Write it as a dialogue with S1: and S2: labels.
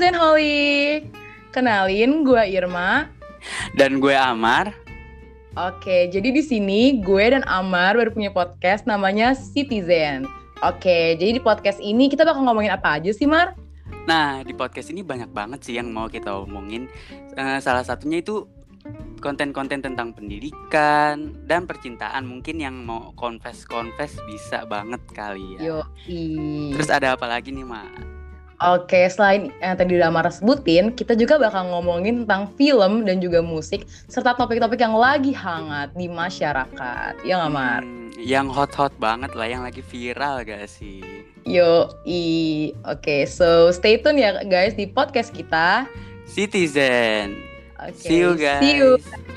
S1: dan Holly. Kenalin, gue Irma.
S2: Dan gue Amar.
S1: Oke, jadi di sini gue dan Amar baru punya podcast namanya Citizen. Oke, jadi di podcast ini kita bakal ngomongin apa aja sih, Mar?
S2: Nah, di podcast ini banyak banget sih yang mau kita omongin. Eh, salah satunya itu konten-konten tentang pendidikan dan percintaan mungkin yang mau confess-confess bisa banget kali ya.
S1: Yoi.
S2: Terus ada apa lagi nih, Ma?
S1: Oke, selain yang tadi udah Amar sebutin, kita juga bakal ngomongin tentang film dan juga musik, serta topik-topik yang lagi hangat di masyarakat. Ya nggak, Mar?
S2: Hmm, yang hot-hot banget lah, yang lagi viral gak sih?
S1: Yoi. Oke, so stay tune ya guys di podcast kita.
S2: Citizen.
S1: Oke,
S2: See you guys.
S1: See you.